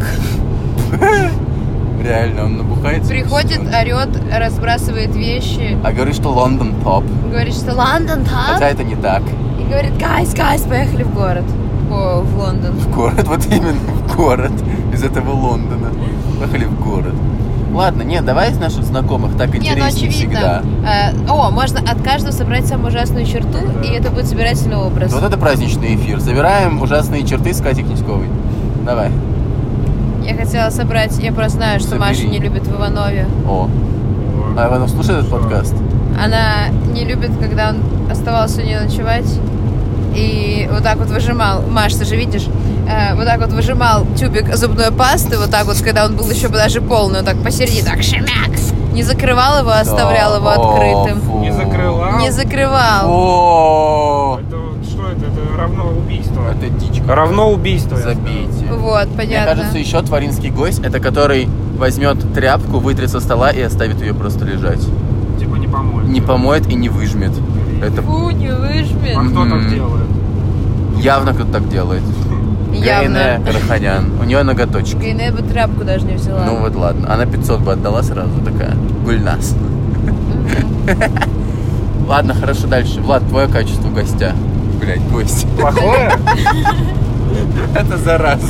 [SPEAKER 1] Реально, он набухается.
[SPEAKER 2] Приходит,
[SPEAKER 1] всё.
[SPEAKER 2] орет, разбрасывает вещи.
[SPEAKER 1] А говорит, что Лондон топ.
[SPEAKER 2] Говорит, что Лондон,
[SPEAKER 1] Хотя
[SPEAKER 2] да?
[SPEAKER 1] это не так.
[SPEAKER 2] И говорит, гайс, гайс, поехали в город. О, в Лондон.
[SPEAKER 1] В город, вот именно в город. Из этого Лондона. Поехали в город. Ладно, нет, давай из наших знакомых так
[SPEAKER 2] Не, ну
[SPEAKER 1] интереснее всегда.
[SPEAKER 2] очевидно. Э, о, можно от каждого собрать самую ужасную черту, и это будет собирательный образ.
[SPEAKER 1] Ну, Вот это праздничный эфир. Забираем ужасные черты с Катей Князьковой. Давай.
[SPEAKER 2] Я хотела собрать, я просто знаю, что
[SPEAKER 1] Собери.
[SPEAKER 2] Маша не любит в Иванове.
[SPEAKER 1] О. А Иванов слушает этот подкаст?
[SPEAKER 2] Она не любит, когда он оставался у нее ночевать. И вот так вот выжимал, Маш, ты же видишь, э, вот так вот выжимал тюбик зубной пасты, вот так вот, когда он был еще даже полный, вот так посередине, так шемяк. Не закрывал его, а оставлял его
[SPEAKER 1] О,
[SPEAKER 2] открытым.
[SPEAKER 1] фу.
[SPEAKER 3] Не закрыла.
[SPEAKER 2] Не закрывал.
[SPEAKER 1] О,
[SPEAKER 3] Это вот что это? Это равно убийство.
[SPEAKER 1] это дичь.
[SPEAKER 3] Равно убийство. я сказал.
[SPEAKER 1] Забейте.
[SPEAKER 2] Вот,
[SPEAKER 1] Мне
[SPEAKER 2] понятно.
[SPEAKER 1] кажется, еще тваринский гость, это который возьмет тряпку, вытрет со стола и оставит ее просто лежать.
[SPEAKER 3] Типа не поможет.
[SPEAKER 1] Не помоет и не выжмет. Это
[SPEAKER 2] Фу, не выжмет.
[SPEAKER 3] А кто
[SPEAKER 1] М.
[SPEAKER 3] так делает?
[SPEAKER 1] явно кто-то так делает. Гайне
[SPEAKER 2] Явно.
[SPEAKER 1] Караханян. У нее ноготочки.
[SPEAKER 2] Гайне бы тряпку даже не взяла.
[SPEAKER 1] Ну вот ладно. Она 500 бы отдала сразу такая. Гульнас. Ладно, хорошо, дальше. Влад, твое качество гостя. Блять, гость.
[SPEAKER 3] Плохое?
[SPEAKER 1] Это заразно.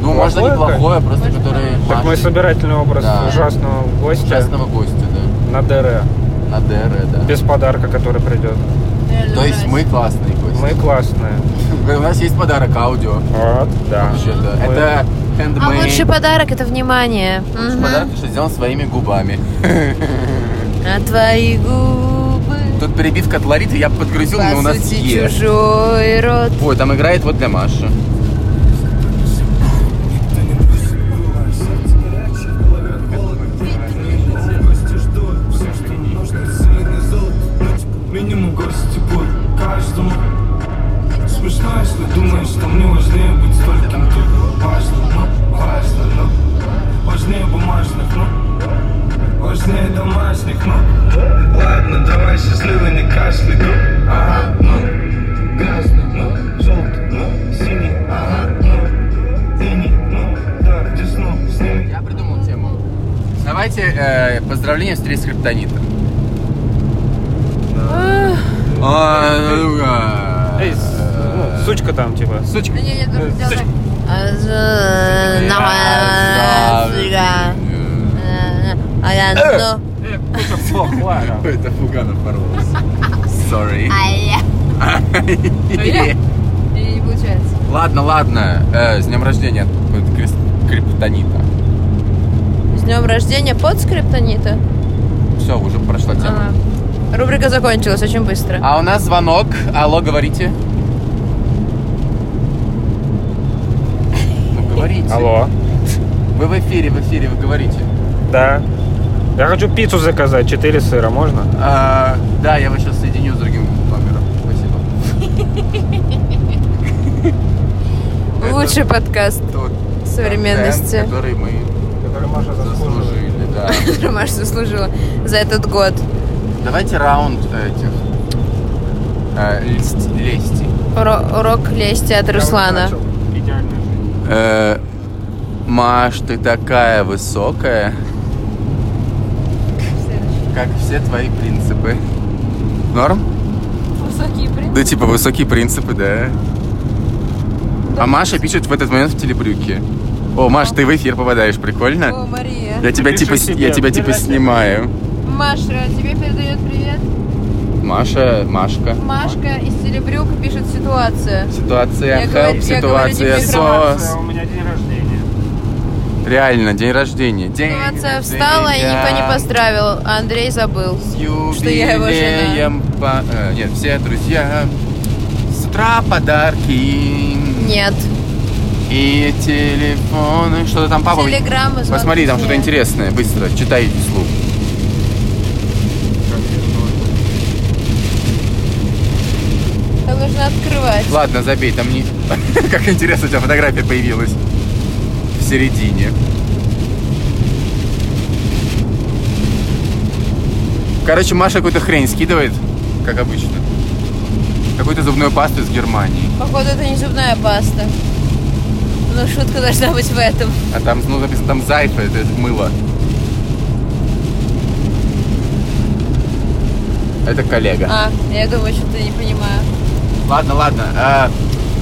[SPEAKER 1] Ну,
[SPEAKER 3] Плохое
[SPEAKER 1] можно неплохое, просто
[SPEAKER 2] Можно
[SPEAKER 1] который
[SPEAKER 3] Так мой собирательный образ
[SPEAKER 1] Да.
[SPEAKER 3] ужасного гостя
[SPEAKER 1] частного гостя,
[SPEAKER 3] на ДР.
[SPEAKER 1] да. На ДР, да.
[SPEAKER 3] Без подарка, который придет.
[SPEAKER 2] Реально
[SPEAKER 1] То есть
[SPEAKER 2] ужасно.
[SPEAKER 1] мы классные гости.
[SPEAKER 3] Мы классные.
[SPEAKER 1] У нас есть подарок аудио.
[SPEAKER 3] Вот, да.
[SPEAKER 1] Вообще-то.
[SPEAKER 3] Мы-
[SPEAKER 1] Это
[SPEAKER 2] А лучший
[SPEAKER 1] handmade.
[SPEAKER 2] подарок это внимание.
[SPEAKER 1] Лучший
[SPEAKER 2] Мгм.
[SPEAKER 1] подарок, что сделан своими губами.
[SPEAKER 2] А твои губы.
[SPEAKER 1] Тут перебивка от Лариты, я подгрузил,
[SPEAKER 2] по
[SPEAKER 1] но у нас
[SPEAKER 2] сути,
[SPEAKER 1] есть.
[SPEAKER 2] чужой рот.
[SPEAKER 1] Ой, там играет вот для Маши.
[SPEAKER 4] Гости ждут все, что нужно, сильный золото Минимум гости будет каждому Смешно, если думаешь, что мне важнее быть стольким тут Важно, но, важно, но Важнее бумажных, но Важнее домашних, но Ладно, давай счастливый, не кашляй, но Ага, ну Красный, но Желтый, но Синий, ага, ну Синий, ну Да, где снова с ними
[SPEAKER 1] Я придумал тему. Давайте э, поздравление в встрече с криптонитом. А, э,
[SPEAKER 3] Эй, с- ну, сучка там, типа.
[SPEAKER 1] Сучка.
[SPEAKER 2] Не, не,
[SPEAKER 3] Э,
[SPEAKER 2] делай
[SPEAKER 3] слушай.
[SPEAKER 2] так. А, з- на- фига. Э, А я, ну,
[SPEAKER 3] Э, куча плохо,
[SPEAKER 1] Э, Это Фуганов порвалось. Sorry.
[SPEAKER 2] а я. я? И не получается.
[SPEAKER 1] Ладно, ладно. Э, С днем рождения от крис- криптонита.
[SPEAKER 2] С днем рождения под скриптонита.
[SPEAKER 1] Все, уже прошла тема.
[SPEAKER 2] Ага. Рубрика закончилась очень быстро.
[SPEAKER 1] А у нас звонок. Алло, говорите. Ну, говорите.
[SPEAKER 3] Алло.
[SPEAKER 1] Вы в эфире, в эфире, вы говорите.
[SPEAKER 3] Да. Я хочу пиццу заказать, 4 сыра, можно?
[SPEAKER 1] А, да, я вас сейчас соединю с другим номером. Спасибо. А,
[SPEAKER 2] Лучший подкаст
[SPEAKER 1] Тот
[SPEAKER 2] современности,
[SPEAKER 1] контент, который мы
[SPEAKER 3] Который Маша заслуживает.
[SPEAKER 1] заслужили, да.
[SPEAKER 2] который Маша заслужила за этот год.
[SPEAKER 1] Давайте раунд этих э, лесть- лести.
[SPEAKER 2] Уро- урок лести от Руслана.
[SPEAKER 3] Идеальная жизнь.
[SPEAKER 1] Э, Маш, ты такая высокая. Как все твои принципы. Норм?
[SPEAKER 5] Высокие принципы.
[SPEAKER 1] Да типа высокие принципы, да. А Маша пишет в этот момент в телебрюке. О, Маш, ты в эфир попадаешь, прикольно?
[SPEAKER 2] О, Мария.
[SPEAKER 1] Я тебя
[SPEAKER 3] Пишу
[SPEAKER 1] типа, с-
[SPEAKER 3] себе.
[SPEAKER 1] я тебя типа
[SPEAKER 3] Держать.
[SPEAKER 1] снимаю.
[SPEAKER 2] Маша, тебе передает привет.
[SPEAKER 1] Маша, Машка.
[SPEAKER 2] Машка из Телебрюка пишет ситуацию.
[SPEAKER 1] Ситуация,
[SPEAKER 2] Я
[SPEAKER 1] help,
[SPEAKER 2] говорю- типа, я
[SPEAKER 1] ситуация,
[SPEAKER 2] говорю тебе
[SPEAKER 1] сос.
[SPEAKER 3] Завтра а У меня день рождения.
[SPEAKER 1] Реально, день рождения. День
[SPEAKER 2] Ситуация встала, и никто не
[SPEAKER 1] рождения.
[SPEAKER 2] поздравил, а Андрей забыл.
[SPEAKER 1] С
[SPEAKER 2] Что я его жена.
[SPEAKER 1] юбилеем по- э, Нет, все друзья. С утра подарки.
[SPEAKER 2] Нет.
[SPEAKER 1] И телефоны. Что-то там папа...
[SPEAKER 2] Телеграмма, звонки.
[SPEAKER 1] Посмотри, там что-то интересное. Быстро, читай вслух.
[SPEAKER 2] Там нужно открывать.
[SPEAKER 1] Ладно, забей, там не... Как интересно, у тебя фотография появилась. В середине. Короче, Маша какую-то хрень скидывает, как обычно. Какую-то зубную пасту из Германии.
[SPEAKER 2] Походу, это не зубная паста. Но шутка должна быть в этом.
[SPEAKER 1] А там, ну, написано, там зайфа, это, это мыло. Это коллега.
[SPEAKER 2] А, я думаю, что ты не понимаю.
[SPEAKER 1] Ладно, ладно. а,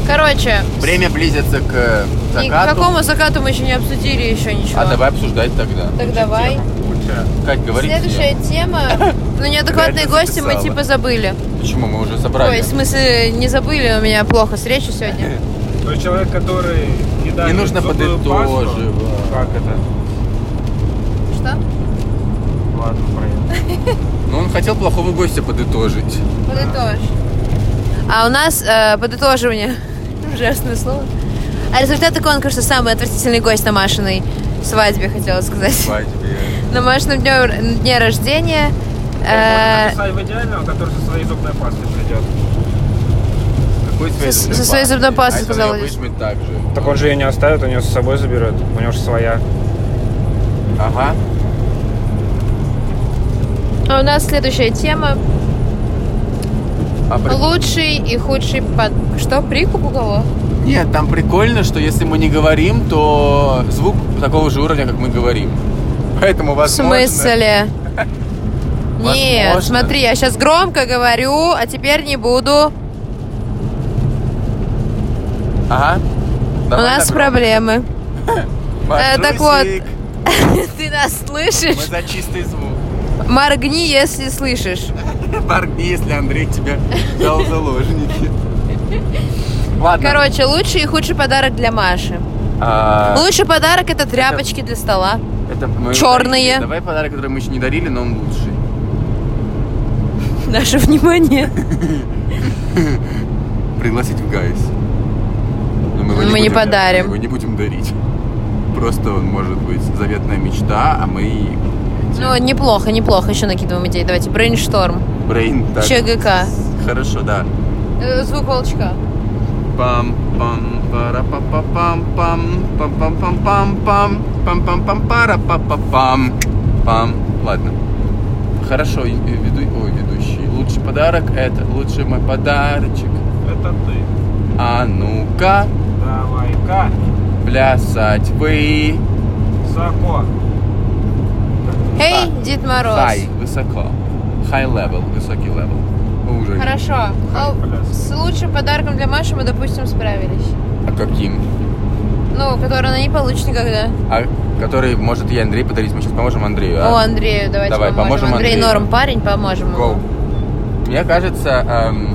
[SPEAKER 2] Короче,
[SPEAKER 1] время близится к э,
[SPEAKER 2] ни- к
[SPEAKER 1] закату.
[SPEAKER 2] какому закату мы еще не обсудили еще ничего.
[SPEAKER 1] А давай обсуждать тогда.
[SPEAKER 2] Так давай.
[SPEAKER 3] Куча.
[SPEAKER 1] Кать, говори.
[SPEAKER 2] Следующая тема. Ну, неадекватные
[SPEAKER 1] Реально
[SPEAKER 2] гости мы
[SPEAKER 1] записала.
[SPEAKER 2] типа забыли.
[SPEAKER 1] Почему мы уже
[SPEAKER 2] Ой,
[SPEAKER 1] собрали?
[SPEAKER 2] в смысле, не забыли, у меня плохо с речью сегодня.
[SPEAKER 3] То есть человек, который не дарит
[SPEAKER 1] нужно
[SPEAKER 3] зубную пасту,
[SPEAKER 1] подытоживать.
[SPEAKER 3] Как это?
[SPEAKER 2] Что?
[SPEAKER 3] Ладно, проехали.
[SPEAKER 1] Ну, он хотел плохого гостя подытожить.
[SPEAKER 2] Подытожь. А у нас э, подытоживание. Ужасное слово. А результаты конкурса самый отвратительный гость на Машиной свадьбе, хотела сказать.
[SPEAKER 1] Свадьбе.
[SPEAKER 2] На Машином дне, дне рождения. э,
[SPEAKER 3] Можно написать в идеального, который со своей зубной пастой придет.
[SPEAKER 1] Какой своей
[SPEAKER 2] Со-
[SPEAKER 1] зубной
[SPEAKER 2] со своей
[SPEAKER 1] пастой?
[SPEAKER 2] зубной пастой,
[SPEAKER 1] А если
[SPEAKER 2] сказала
[SPEAKER 1] он её
[SPEAKER 2] Лиза.
[SPEAKER 1] выжмет так же.
[SPEAKER 3] Так он же ее не оставит, он ее с собой заберет. У него же своя.
[SPEAKER 1] Ага.
[SPEAKER 2] А у нас следующая тема.
[SPEAKER 1] А при-
[SPEAKER 2] Лучший и худший под... Что, прикуп у кого?
[SPEAKER 1] Нет, там прикольно, что если мы не говорим, то звук такого же уровня, как мы говорим. Поэтому
[SPEAKER 2] В
[SPEAKER 1] возможно...
[SPEAKER 2] смысле? Нет,
[SPEAKER 1] Возможно.
[SPEAKER 2] смотри, я сейчас громко говорю, а теперь не буду.
[SPEAKER 1] Ага.
[SPEAKER 2] У нас проблемы. Э, так вот. Ты нас
[SPEAKER 1] Мы
[SPEAKER 2] слышишь?
[SPEAKER 1] за чистый звук.
[SPEAKER 2] Моргни, если слышишь.
[SPEAKER 1] Моргни, если Андрей тебя дал в заложники. Ладно.
[SPEAKER 2] Короче, лучший и худший подарок для Маши.
[SPEAKER 1] А,
[SPEAKER 2] Лучший подарок это тряпочки для стола.
[SPEAKER 1] это мы
[SPEAKER 2] чёрные.
[SPEAKER 1] дарили. Давай подарок, который мы еще не дарили, но он лучший.
[SPEAKER 2] Наше внимание.
[SPEAKER 1] Пригласить в Гайс. Но его
[SPEAKER 2] Мы не
[SPEAKER 1] будем-
[SPEAKER 2] подарим.
[SPEAKER 1] Мы его не будем дарить. Просто он может быть заветная мечта, а мы... эти,
[SPEAKER 2] Ну, неплохо, неплохо. Еще накидываем идеи. Давайте. Брейншторм.
[SPEAKER 1] Брейн так.
[SPEAKER 2] ЧГК.
[SPEAKER 1] Хорошо, да.
[SPEAKER 2] Э, Звук волчка.
[SPEAKER 1] пам пам пара па па пам пам пам пам пам пам пам пам пам пам пара па па пам пам ладно хорошо и- и веду ой ведущий лучший подарок это лучший мой подарочек
[SPEAKER 3] Это ты.
[SPEAKER 1] а ну-ка
[SPEAKER 3] Давай-ка,
[SPEAKER 1] плясать вы
[SPEAKER 3] Сако.
[SPEAKER 2] Эй, Дед Мороз.
[SPEAKER 1] хай высоко high level высокий level уже
[SPEAKER 2] Хорошо.
[SPEAKER 3] Хай,
[SPEAKER 2] Ну,
[SPEAKER 3] пожалуйста.
[SPEAKER 2] с лучшим подарком для Маши мы, допустим, справились.
[SPEAKER 1] а каким
[SPEAKER 2] Ну, который она не получит никогда.
[SPEAKER 1] а который может я Андрей подарить мы сейчас поможем Андрею
[SPEAKER 2] О,
[SPEAKER 1] а?
[SPEAKER 2] Андрею, давайте
[SPEAKER 1] Давай, поможем
[SPEAKER 2] Андрей
[SPEAKER 1] Андрею.
[SPEAKER 2] норм парень, поможем. ему.
[SPEAKER 1] Go. Мне кажется эм,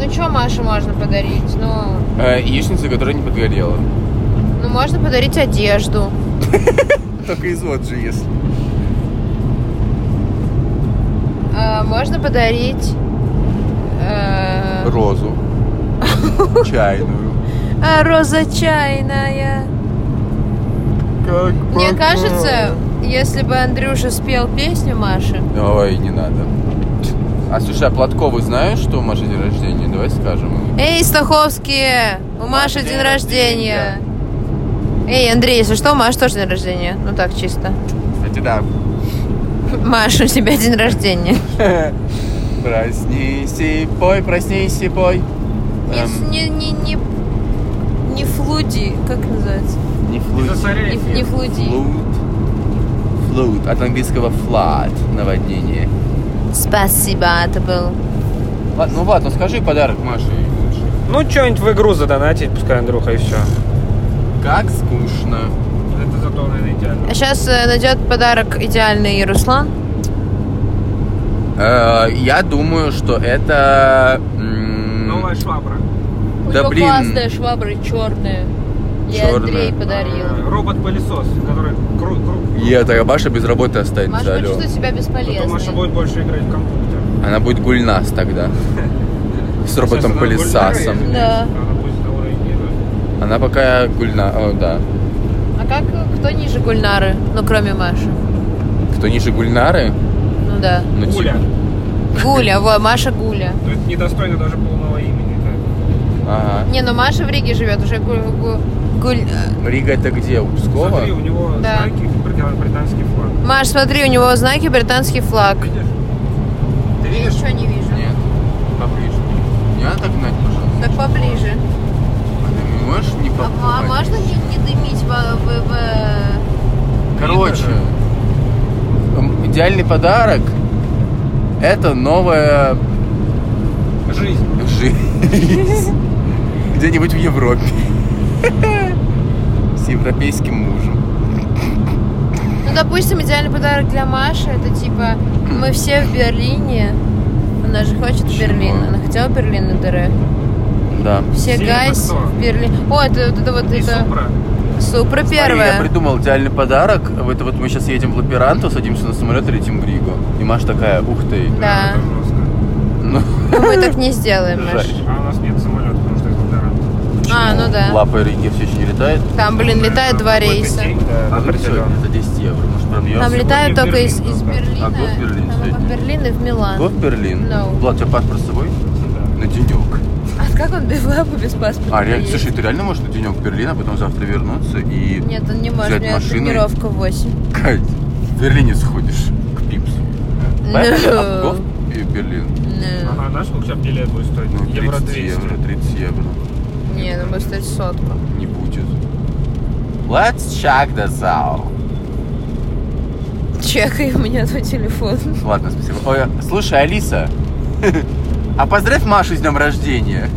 [SPEAKER 2] Ну, что Маше можно подарить? Ну,
[SPEAKER 1] э, яичница которая не подгорела
[SPEAKER 2] ну, можно подарить одежду.
[SPEAKER 1] Только из же если.
[SPEAKER 2] А, можно подарить... э,
[SPEAKER 1] Розу. Чайную.
[SPEAKER 2] а, роза чайная. Мне кажется, если бы Андрюша спел песню Маши,
[SPEAKER 1] Ой, не надо. А слушай, а Платкову знаешь, что у Маши день рождения? Давай скажем.
[SPEAKER 2] Эй, Стаховские, у Маши день рождения. Эй, Андрей, если что, у Маши тоже день рождения. Ну так, чисто.
[SPEAKER 1] Кстати, да.
[SPEAKER 2] Маша, у тебя день рождения.
[SPEAKER 1] Проснись и пой, проснись и пой.
[SPEAKER 2] Не,
[SPEAKER 1] Эм,
[SPEAKER 2] не, не, не, не флуди, как называется?
[SPEAKER 1] не флуть.
[SPEAKER 2] Не, не флуди.
[SPEAKER 1] Флут. Флут. От английского флат. Наводнение.
[SPEAKER 2] Спасибо, это был.
[SPEAKER 1] Ладно, ну ладно, скажи подарок Маше. лучше.
[SPEAKER 3] Ну, что-нибудь в игру задонатить, пускай Андрюха, и все.
[SPEAKER 1] Как скучно.
[SPEAKER 3] Это зато, наверное, идеально.
[SPEAKER 2] А сейчас найдет подарок идеальный Руслан.
[SPEAKER 1] Э, я думаю, что это...
[SPEAKER 2] Э.
[SPEAKER 1] м,
[SPEAKER 3] Ну, швабра.
[SPEAKER 2] У
[SPEAKER 1] Да
[SPEAKER 2] него
[SPEAKER 1] блин.
[SPEAKER 2] классная швабра черная. Я
[SPEAKER 1] Чёрная.
[SPEAKER 2] Андрей подарила.
[SPEAKER 3] Э, Робот-пылесос, который круг, круг.
[SPEAKER 1] И это Маша без работы останется,
[SPEAKER 2] Маша
[SPEAKER 1] А, алло.
[SPEAKER 2] почувствует себя бесполезной.
[SPEAKER 3] больше играть в компьютер.
[SPEAKER 1] Она будет гульнас тогда. С роботом-пылесасом.
[SPEAKER 3] роботом-пылесасом.
[SPEAKER 2] Да.
[SPEAKER 1] Она пока гульна... О, да.
[SPEAKER 2] А как кто ниже Гульнары? Ну, кроме Маши.
[SPEAKER 1] Кто ниже гульнары?
[SPEAKER 2] Ну да.
[SPEAKER 1] Ну, типа-
[SPEAKER 2] Гуля, во, Маша Гуля.
[SPEAKER 3] То есть недостойно даже полного имени.
[SPEAKER 1] Ага.
[SPEAKER 2] Не, ну Маша в Риге живет, уже гуль... гуль- гуль- э,
[SPEAKER 1] Рига это где? У Пскова?
[SPEAKER 3] Смотри, у него
[SPEAKER 2] Да.
[SPEAKER 3] знаки британский флаг.
[SPEAKER 2] Маш, смотри, у него знаки британский флаг.
[SPEAKER 3] Видишь?
[SPEAKER 1] Ты
[SPEAKER 2] Я ничего не вижу.
[SPEAKER 1] Нет. Поближе. Не надо так гнать, пожалуйста.
[SPEAKER 2] Так поближе.
[SPEAKER 1] Ты можешь не
[SPEAKER 2] А, а
[SPEAKER 1] попадать?
[SPEAKER 2] можно не, не дымить во- в- в-
[SPEAKER 1] Короче, м, идеальный подарок – это новая
[SPEAKER 3] Жизнь.
[SPEAKER 1] жизнь где-нибудь в Европе с европейским мужем.
[SPEAKER 2] Ну, допустим, идеальный подарок для Маши это типа мы все в Берлине. Она же хочет
[SPEAKER 1] Чего?
[SPEAKER 2] Берлин. Она хотела Берлин на дыре.
[SPEAKER 1] Да.
[SPEAKER 2] Все
[SPEAKER 3] Сильно
[SPEAKER 2] гайс
[SPEAKER 3] кто?
[SPEAKER 2] в Берлин. О, это вот это вот
[SPEAKER 3] И
[SPEAKER 2] это.
[SPEAKER 3] Супра.
[SPEAKER 2] Супра
[SPEAKER 1] Смотри, я
[SPEAKER 2] первая.
[SPEAKER 1] придумал идеальный подарок. Это вот мы сейчас едем в Лаперанто, садимся на самолет и летим в Ригу. И Маша такая, ух ты.
[SPEAKER 2] Да.
[SPEAKER 3] Это жестко.
[SPEAKER 1] Ну,
[SPEAKER 2] Но мы так не сделаем,
[SPEAKER 1] Жаль.
[SPEAKER 2] Маш.
[SPEAKER 3] А у нас нет самолета, потому что это Эльдорадо.
[SPEAKER 2] А, ну да.
[SPEAKER 1] Лапой Риги все еще не летает.
[SPEAKER 2] Там, блин, летают два
[SPEAKER 3] Какой-то
[SPEAKER 2] рейса.
[SPEAKER 3] день, да,
[SPEAKER 1] А тут всё,
[SPEAKER 3] определённо.
[SPEAKER 1] за 10 евро. Может, пробьем?
[SPEAKER 2] Там летают
[SPEAKER 3] Сегодня в
[SPEAKER 2] только из,
[SPEAKER 3] Берлин,
[SPEAKER 2] из
[SPEAKER 3] да.
[SPEAKER 2] Берлина.
[SPEAKER 1] А год Берлин
[SPEAKER 2] Там
[SPEAKER 1] сегодня?
[SPEAKER 2] из Берлина и в Милан.
[SPEAKER 1] Го в Берлин?
[SPEAKER 2] No.
[SPEAKER 1] Влад, у тебя паспорт с собой?
[SPEAKER 3] Да.
[SPEAKER 1] На денек.
[SPEAKER 2] А как он без лапы, без паспорта
[SPEAKER 1] А, реально,
[SPEAKER 2] поедет?
[SPEAKER 1] слушай, ты реально можешь на денек в Берлин, а потом завтра вернуться и...
[SPEAKER 2] Нет, он не может, у
[SPEAKER 1] взять
[SPEAKER 2] меня
[SPEAKER 1] машину и-
[SPEAKER 2] тренировка в 8.
[SPEAKER 1] Кать, в Берлине сходишь к Пипсу. Поехали, а в Гоф и в Берлин.
[SPEAKER 2] Ну,
[SPEAKER 3] Ага, знаешь, сколько А сейчас билет будет стоить?
[SPEAKER 1] Ну, 30
[SPEAKER 3] Евро 200.
[SPEAKER 1] евро, 30 евро.
[SPEAKER 2] Не, ну будет стоить сотку.
[SPEAKER 1] Не будет. Let's check this out.
[SPEAKER 2] Чекай у меня твой телефон.
[SPEAKER 1] Ладно, спасибо. Ой, а, слушай, Алиса, а поздравь Машу с днем рождения.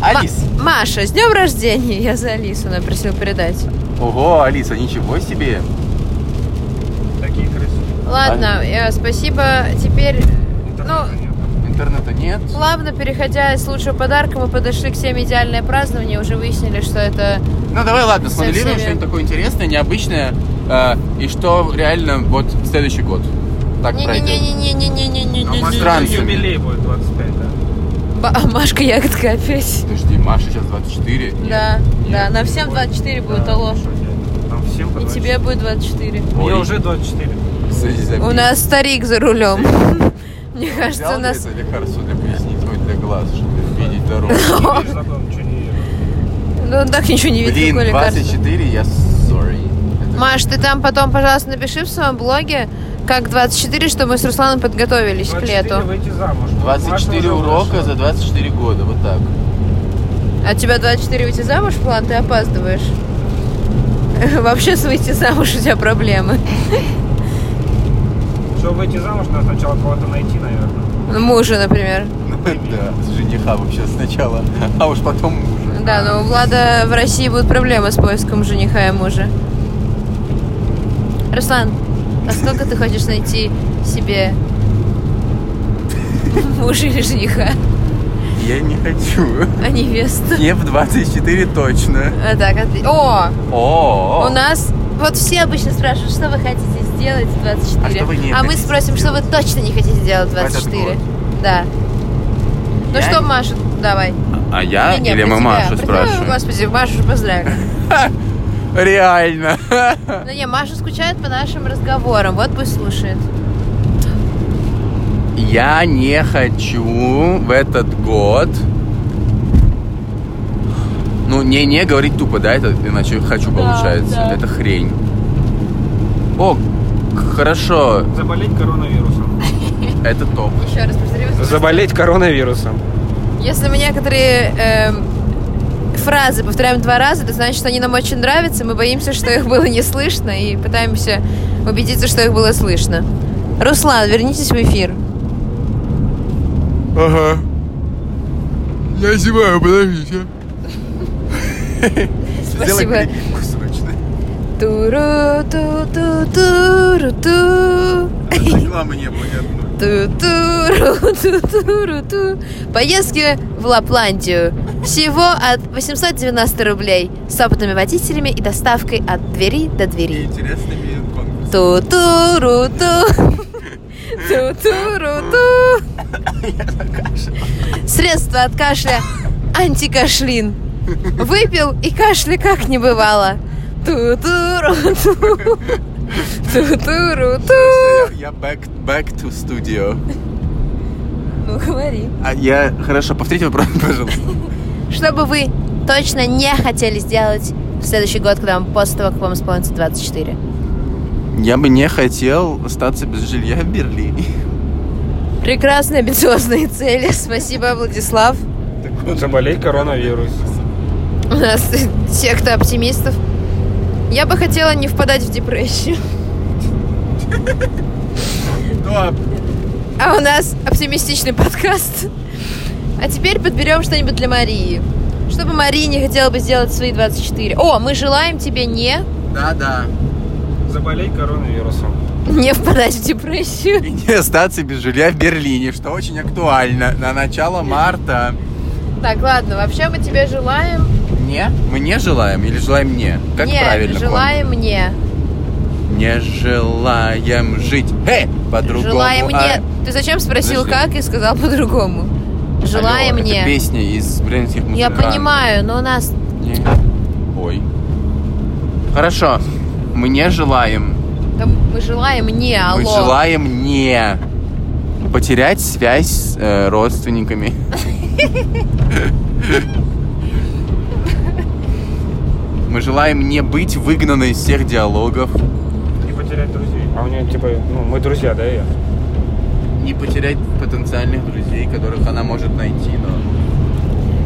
[SPEAKER 1] Алис.
[SPEAKER 2] Ма- Маша, с днем рождения! Я за Алису напросил передать.
[SPEAKER 1] Ого, Алиса, ничего себе.
[SPEAKER 3] Такие красивые.
[SPEAKER 2] Ладно, э, спасибо. Теперь, ну,
[SPEAKER 1] Интернета нет.
[SPEAKER 2] плавно переходя с лучшего подарка, мы подошли к теме идеальное празднование. Уже выяснили, что это
[SPEAKER 1] Ну давай, ладно,
[SPEAKER 2] Совсем
[SPEAKER 1] смоделируем
[SPEAKER 2] верно.
[SPEAKER 1] что-нибудь такое интересное, необычное. э, и что реально вот следующий год. Так пройдет.
[SPEAKER 2] Не-не-не-не-не-не-не-не-не.
[SPEAKER 1] Маша- Странцами.
[SPEAKER 3] юбилей будет 25, да.
[SPEAKER 2] Ба- а Машка ягодка опять.
[SPEAKER 1] Подожди, Маша сейчас 24. Нет,
[SPEAKER 2] Да,
[SPEAKER 1] нет.
[SPEAKER 2] да, нам всем 24 будет, алло.
[SPEAKER 3] Там всем по
[SPEAKER 2] И
[SPEAKER 3] 24.
[SPEAKER 2] тебе будет 24.
[SPEAKER 1] Ой,
[SPEAKER 3] Мне уже 24.
[SPEAKER 1] кстати,
[SPEAKER 2] У
[SPEAKER 1] забей.
[SPEAKER 2] нас старик за рулем. Мне
[SPEAKER 1] Взял
[SPEAKER 2] кажется, у
[SPEAKER 1] ли
[SPEAKER 2] нас...
[SPEAKER 1] это лекарство для поясницы, ой, для глаз, чтобы видеть дорогу.
[SPEAKER 3] Ты видишь, зато ничего не ешь.
[SPEAKER 2] Ну, он так ничего не видит,
[SPEAKER 1] Блин,
[SPEAKER 2] какое лекарство.
[SPEAKER 1] 24, я sorry. Это-
[SPEAKER 2] Маш, ты там потом, пожалуйста, напиши в своем блоге, как 24, что мы с Русланом подготовились к а
[SPEAKER 3] 24
[SPEAKER 2] лету.
[SPEAKER 3] выйти замуж. Ну, Маша
[SPEAKER 1] 24
[SPEAKER 3] уже
[SPEAKER 1] урока
[SPEAKER 3] вышла.
[SPEAKER 1] за 24 года, вот так.
[SPEAKER 2] А у тебя 24 выйти замуж план, ты опаздываешь. Вообще с выйти замуж у тебя проблемы.
[SPEAKER 3] Чтобы выйти замуж, надо сначала кого-то найти, наверное.
[SPEAKER 2] Ну, Мужа, например.
[SPEAKER 1] Да, с жениха вообще сначала, а уж потом мужа.
[SPEAKER 2] Да, но у Влада в России будут проблемы с поиском жениха и мужа. Руслан, а сколько ты хочешь найти себе мужа или жениха, ну.
[SPEAKER 1] Я не хочу.
[SPEAKER 2] а невесту?
[SPEAKER 1] Не в 24 точно.
[SPEAKER 2] А так, отли- О,
[SPEAKER 1] О,
[SPEAKER 2] у нас... Вот все обычно спрашивают, что вы хотите сделать в 24.
[SPEAKER 1] А что вы не
[SPEAKER 2] мы
[SPEAKER 1] хотите
[SPEAKER 2] спросим, что вы точно не хотите сделать в
[SPEAKER 1] этот
[SPEAKER 2] 24.
[SPEAKER 1] год.
[SPEAKER 2] Да. Ну
[SPEAKER 1] Я
[SPEAKER 2] что,
[SPEAKER 1] не-
[SPEAKER 2] Маша, давай.
[SPEAKER 1] А я
[SPEAKER 2] Не-не,
[SPEAKER 1] или
[SPEAKER 2] про
[SPEAKER 1] мы
[SPEAKER 2] тебя, Ну,
[SPEAKER 1] Машу
[SPEAKER 2] про тебя,
[SPEAKER 1] спрашиваем?
[SPEAKER 2] Господи, Машу поздравим.
[SPEAKER 1] Реально.
[SPEAKER 2] Ну не, Маша скучает по нашим разговорам, вот пусть слушает.
[SPEAKER 1] Я не хочу в этот год... Ну, не-не говорить тупо, да? Это иначе хочу получается.
[SPEAKER 2] да.
[SPEAKER 1] Это хрень. О, к- хорошо.
[SPEAKER 4] Заболеть коронавирусом.
[SPEAKER 1] Это топ.
[SPEAKER 2] Еще раз повторю.
[SPEAKER 3] Заболеть коронавирусом.
[SPEAKER 2] Если мы некоторые эм, фразы повторяем два раза, это значит, что они нам очень нравятся, мы боимся, что их было не слышно, и пытаемся убедиться, что их было слышно. Руслан, вернитесь в эфир.
[SPEAKER 1] Ага. Я зеваю, подождите. Сделай
[SPEAKER 2] Спасибо.
[SPEAKER 1] перебивку срочно.
[SPEAKER 2] Туру, ту, ту, туру, ту.
[SPEAKER 1] Рекламы не было ни одной.
[SPEAKER 2] Ту, туру, ту, туру, ту. Поездки в Лапландию. Всего от 890 рублей с опытными водителями и доставкой от двери до
[SPEAKER 1] И
[SPEAKER 2] двери.
[SPEAKER 1] интересными конкурсами.
[SPEAKER 2] Ту-туру-ту. Ту-туру-ту. Средство от кашля антикашлин. Выпил и кашля как не бывало. Ту-туру-ту. Ту-туру-ту.
[SPEAKER 1] Я back, back to studio.
[SPEAKER 2] Ну, говори.
[SPEAKER 1] А я... Хорошо, повторите вопрос, пожалуйста.
[SPEAKER 2] Что бы вы точно не хотели сделать в следующий год, когда вам после того, как вам исполнится 24?
[SPEAKER 1] Я бы не хотел остаться без жилья в Берлине.
[SPEAKER 2] Прекрасные амбициозные цели. Спасибо, Владислав.
[SPEAKER 3] Заболеть коронавирусом.
[SPEAKER 2] У нас секта оптимистов. Я бы хотела не впадать в депрессию.
[SPEAKER 1] Ну,
[SPEAKER 2] А у нас оптимистичный подкаст. А теперь подберем что-нибудь для Марии. Что бы Мария не хотела бы сделать в свои 24? О, мы желаем тебе не,
[SPEAKER 1] Да, да.
[SPEAKER 3] Заболеть коронавирусом.
[SPEAKER 2] не впадать в депрессию.
[SPEAKER 1] И не остаться без жилья в Берлине, что очень актуально. На начало марта.
[SPEAKER 2] Так, ладно, вообще мы тебе желаем...
[SPEAKER 1] Не? Мы не желаем или желаем мне? Как
[SPEAKER 2] не,
[SPEAKER 1] правильно?
[SPEAKER 2] желаем мне.
[SPEAKER 1] Ком? Не желаем жить. Эй, по-другому.
[SPEAKER 2] желаем
[SPEAKER 1] а-
[SPEAKER 2] мне. Ты зачем спросил
[SPEAKER 1] Подожди.
[SPEAKER 2] как и сказал по-другому? Желаем
[SPEAKER 1] Алло,
[SPEAKER 2] мне.
[SPEAKER 1] Это песня из бременских
[SPEAKER 2] Я
[SPEAKER 1] музыкантов.
[SPEAKER 2] понимаю, но у нас
[SPEAKER 1] Не. Ой. Хорошо. Мне желаем.
[SPEAKER 2] там мы желаем мне, алло.
[SPEAKER 1] Мы желаем не потерять связь с э, родственниками. Мы желаем не быть выгнаны из всех диалогов,
[SPEAKER 3] И потерять друзей. А у нее типа, ну, мы друзья, да, я?
[SPEAKER 1] не потерять потенциальных друзей, которых она может найти,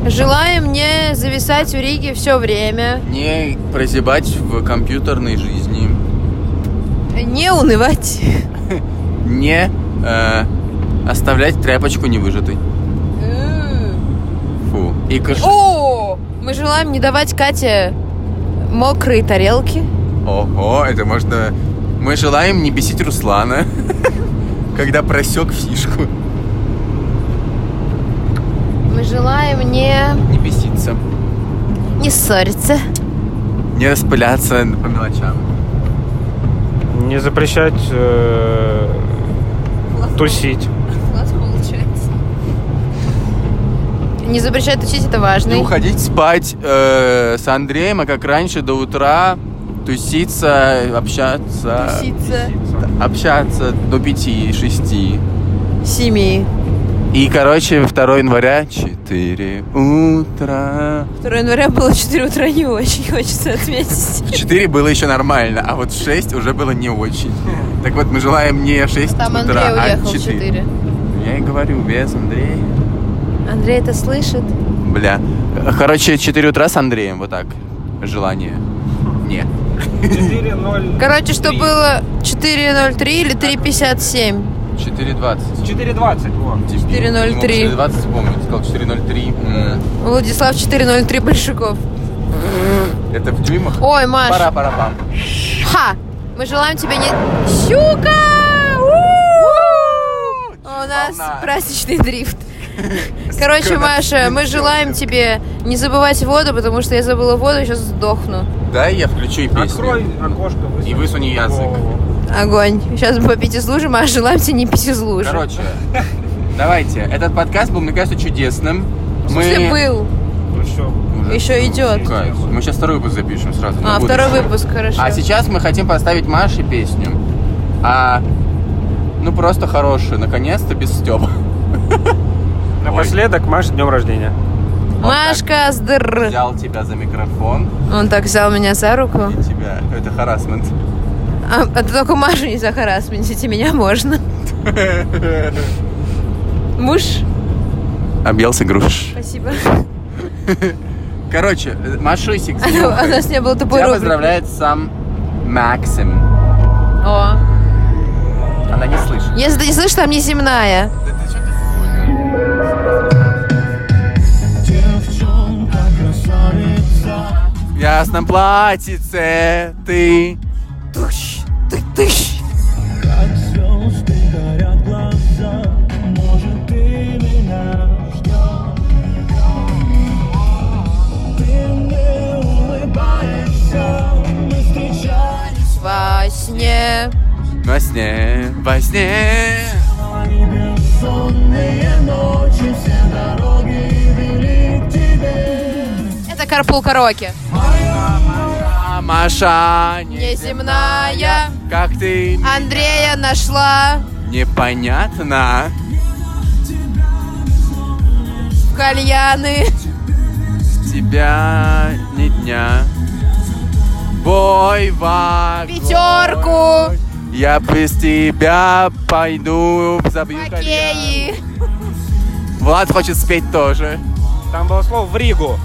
[SPEAKER 1] но
[SPEAKER 2] Желаем мне зависать в Риге все время,
[SPEAKER 1] не прозябать в компьютерной жизни,
[SPEAKER 2] не унывать,
[SPEAKER 1] не э, оставлять тряпочку невыжатой.
[SPEAKER 2] М.
[SPEAKER 1] Фу. И кош...
[SPEAKER 2] О, мы желаем не давать Кате мокрые тарелки.
[SPEAKER 1] Ого, это можно... Мы желаем не бесить Руслана, когда просек фишку.
[SPEAKER 2] Мы желаем не
[SPEAKER 1] Не беситься.
[SPEAKER 2] не ссориться,
[SPEAKER 1] Не распыляться по мелочам.
[SPEAKER 3] Не запрещать э, тусить.
[SPEAKER 2] не запрещать тусить, это важно.
[SPEAKER 1] Не уходить спать э, с Андреем, а как раньше, до утра туситься, общаться.
[SPEAKER 2] Туситься.
[SPEAKER 1] Общаться до пяти, шести.
[SPEAKER 2] Семьи.
[SPEAKER 1] И, короче, 2 января 4 утра.
[SPEAKER 2] 2 января было 4 утра, не очень хочется отметить.
[SPEAKER 1] В 4 было еще нормально, а вот в 6 уже было не очень. Так вот, мы желаем не 6
[SPEAKER 2] Там Андрей
[SPEAKER 1] утра, а
[SPEAKER 2] уехал в
[SPEAKER 1] 4.
[SPEAKER 2] 4.
[SPEAKER 1] Я и говорю, без Андрея.
[SPEAKER 2] Андрей это слышит?
[SPEAKER 1] Бля. Короче, 4 утра с Андреем, вот так. Желание. Не.
[SPEAKER 3] 4.0.
[SPEAKER 2] Короче, что было 4.03 или 3.57?
[SPEAKER 1] 4.20.
[SPEAKER 3] 4.20, вот.
[SPEAKER 2] 4:03.
[SPEAKER 1] 4.20 вспомнил, сказал 4.03. М,
[SPEAKER 2] Владислав 4.03 Большаков.
[SPEAKER 1] Это в дюймах?
[SPEAKER 2] Ой, Маш.
[SPEAKER 1] Пора, пора, пам.
[SPEAKER 2] Ха! Мы желаем тебе не... Щука! У! У нас
[SPEAKER 1] Волна.
[SPEAKER 2] праздничный дрифт. Короче,
[SPEAKER 1] Скоро
[SPEAKER 2] Маша, мы
[SPEAKER 1] всё.
[SPEAKER 2] желаем тебе не забывать воду, потому что я забыла воду, сейчас сдохну.
[SPEAKER 1] Дай я включу и песню.
[SPEAKER 3] Открой окошко.
[SPEAKER 1] И высуни язык.
[SPEAKER 3] голову.
[SPEAKER 2] Огонь. Сейчас мы попить из лужи, Маша, желаем тебе не пить из лужи.
[SPEAKER 1] Короче, давайте. Этот подкаст был, мне кажется, чудесным.
[SPEAKER 2] В смысле, был.
[SPEAKER 3] Ну всё.
[SPEAKER 1] В уже.
[SPEAKER 2] Еще идет.
[SPEAKER 1] Кайф. Мы сейчас второй выпуск запишем сразу. на
[SPEAKER 2] А,
[SPEAKER 1] будущее.
[SPEAKER 2] второй выпуск, хорошо.
[SPEAKER 1] А сейчас мы хотим поставить Маше песню. А, ну просто хорошую, наконец-то без Стёба.
[SPEAKER 3] Напоследок, Маш, с днем рождения.
[SPEAKER 2] Машка сдр.
[SPEAKER 1] Взял тебя за микрофон
[SPEAKER 2] Он так взял меня за руку.
[SPEAKER 1] и тебя. Это харасмент.
[SPEAKER 2] А, а ты только Машу не захарасментите, меня можно. Муж?
[SPEAKER 1] Объелся груш.
[SPEAKER 2] Спасибо.
[SPEAKER 1] Короче, э, Машусик, с
[SPEAKER 2] У
[SPEAKER 1] днём.
[SPEAKER 2] нас не было тупой
[SPEAKER 1] тебя
[SPEAKER 2] рубрики.
[SPEAKER 1] поздравляет сам Максим.
[SPEAKER 2] О.
[SPEAKER 1] Она не слышит.
[SPEAKER 2] Если ты не слышишь, там неземная.
[SPEAKER 4] Девчонка красавица
[SPEAKER 1] В ясном платьице ты.
[SPEAKER 2] Тыщ, ты, тыщ.
[SPEAKER 4] Как звезды горят глаза Может ты меня ждешь Ты мне улыбаешься Мы встречались
[SPEAKER 2] Во сне.
[SPEAKER 1] Во сне, во сне.
[SPEAKER 4] И бессонные ночи Все дороги вели к тебе
[SPEAKER 2] Это Карпул Караоке.
[SPEAKER 1] А Маша, не
[SPEAKER 2] Неземная.
[SPEAKER 1] как ты
[SPEAKER 2] А. Андрея нашла
[SPEAKER 1] непонятно.
[SPEAKER 2] в кальяны.
[SPEAKER 1] С тебя ни дня. Бой вагон.
[SPEAKER 2] Пятерку.
[SPEAKER 1] Я без тебя пойду забью кальян.
[SPEAKER 2] Хоккеи.
[SPEAKER 1] Влад хочет спеть тоже.
[SPEAKER 3] Там было слово в Ригу.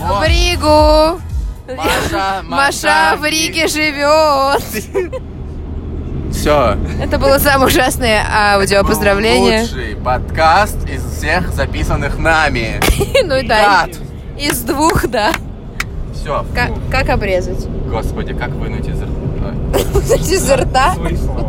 [SPEAKER 2] В Ригу.
[SPEAKER 1] Маша,
[SPEAKER 2] Маша в Риге живет.
[SPEAKER 1] Все.
[SPEAKER 2] Это было самое ужасное а, аудио
[SPEAKER 1] Ну,
[SPEAKER 2] поздравление.
[SPEAKER 1] Лучший подкаст из всех записанных нами.
[SPEAKER 2] Ну и да.
[SPEAKER 1] Гад.
[SPEAKER 2] Из двух, да.
[SPEAKER 1] Все.
[SPEAKER 2] Как, как обрезать?
[SPEAKER 1] Господи, как вынуть из рта?
[SPEAKER 2] Из рта?
[SPEAKER 3] Свои слова.